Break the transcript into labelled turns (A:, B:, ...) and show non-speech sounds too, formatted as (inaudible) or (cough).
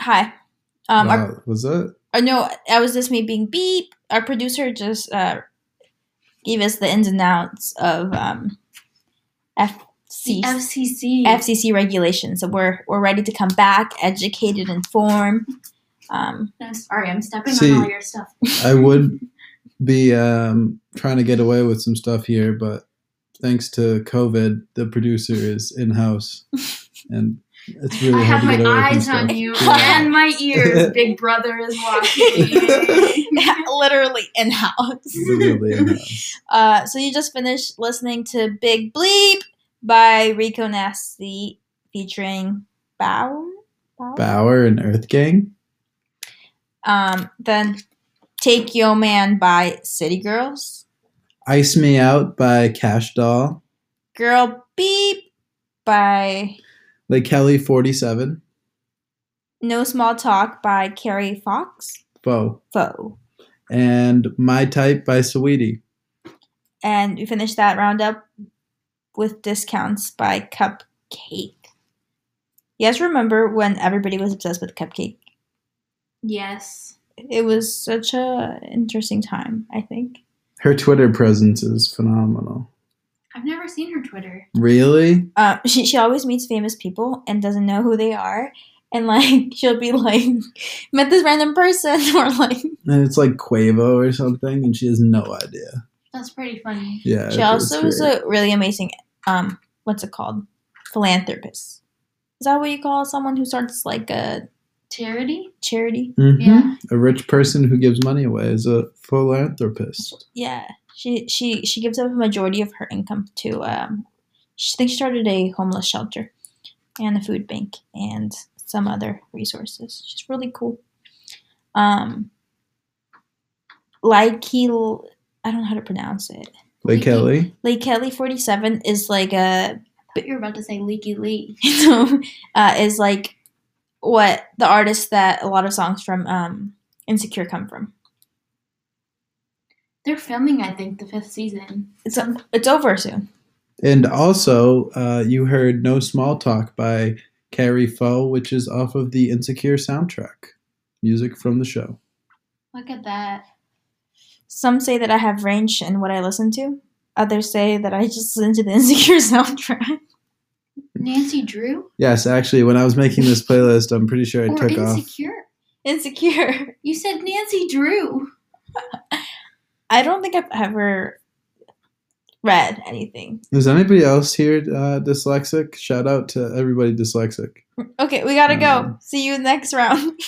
A: hi. Um,
B: wow,
A: our,
B: was that?
A: uh, no, that was just me being beep. Our producer just uh, gave us the ins and outs of um,
C: The
A: FC,
C: FCC.
A: FCC regulations. So we're we're ready to come back, educated, informed. Um, (laughs)
C: I'm sorry, I'm stepping
B: See.
C: on all your stuff.
B: I would be um, trying to get away with some stuff here, but thanks to COVID, the producer is in
C: (laughs)
B: house, and it's really
C: I
B: hard
C: have
B: to get
C: my
B: away from
C: eyes
B: stuff.
C: on you
B: (laughs) Yeah.
C: and my
B: (laughs)
C: ears. Big brother is watching.
A: literally in house.
B: Literally in-house.
A: (laughs) Uh, so you just finished listening to Big Bleep by Rico Nasty featuring Bauer.
B: Bauer and Earth Gang.
A: Um, then Take Yo Man by City Girls.
B: Ice Me Out by Cash Doll.
A: Girl Beep by
B: Lake Kelly 47.
A: No Small Talk by Carrie Fox.
B: Bo.
A: Foe.
B: And My Type by Saweetie.
A: And we finished that roundup with Discounts by Cupcake. You guys remember when everybody was obsessed with Cupcake?
C: yes.
A: It was such a interesting time, I think.
B: Her Twitter presence is phenomenal.
C: I've never seen her Twitter.
B: Really?
A: um, she, she always meets famous people and doesn't know who they are. And like (laughs) she'll be like, met this random person, (laughs) or like
B: And it's like Quavo or something, and she has no idea.
C: That's pretty funny.
B: Yeah.
A: she
B: it's
A: also was
B: great.
A: a really amazing um, what's it called, philanthropist. Is that what you call someone who starts like a
C: Charity?
A: charity?
B: Mhm.
C: Yeah.
B: A rich person who gives money away is a philanthropist.
A: Yeah, she she she gives up a majority of her income to um, she thinks she started a homeless shelter, and a food bank and some other resources. She's really cool. Um, like he, I don't know how to pronounce it.
B: Lake
C: Leaky-
B: Kelly.
A: Like Kelly forty seven is like a
C: I thought you were about to say Leaky Lee.
A: (laughs) uh, is like what the artist that a lot of songs from um, Insecure come from.
C: They're filming, I think, the fifth season.
A: It's it's over soon.
B: And also, uh, you heard No Small Talk by Carrie Foe, which is off of the Insecure soundtrack. Music from the show.
C: Look at that.
A: Some say that I have range in what I listen to. Others say that I just listen to the (laughs) Insecure soundtrack. (laughs)
C: Nancy Drew?
B: Yes, actually, when I was making
C: (laughs)
B: this playlist, I'm pretty sure I
C: Or
B: took off.
C: Insecure?
A: Insecure.
C: You said Nancy Drew.
A: I don't think I've ever read anything.
B: Is anybody else here uh, dyslexic? Shout out to everybody dyslexic.
A: Okay, we gotta go.
B: Um,
A: See you next round.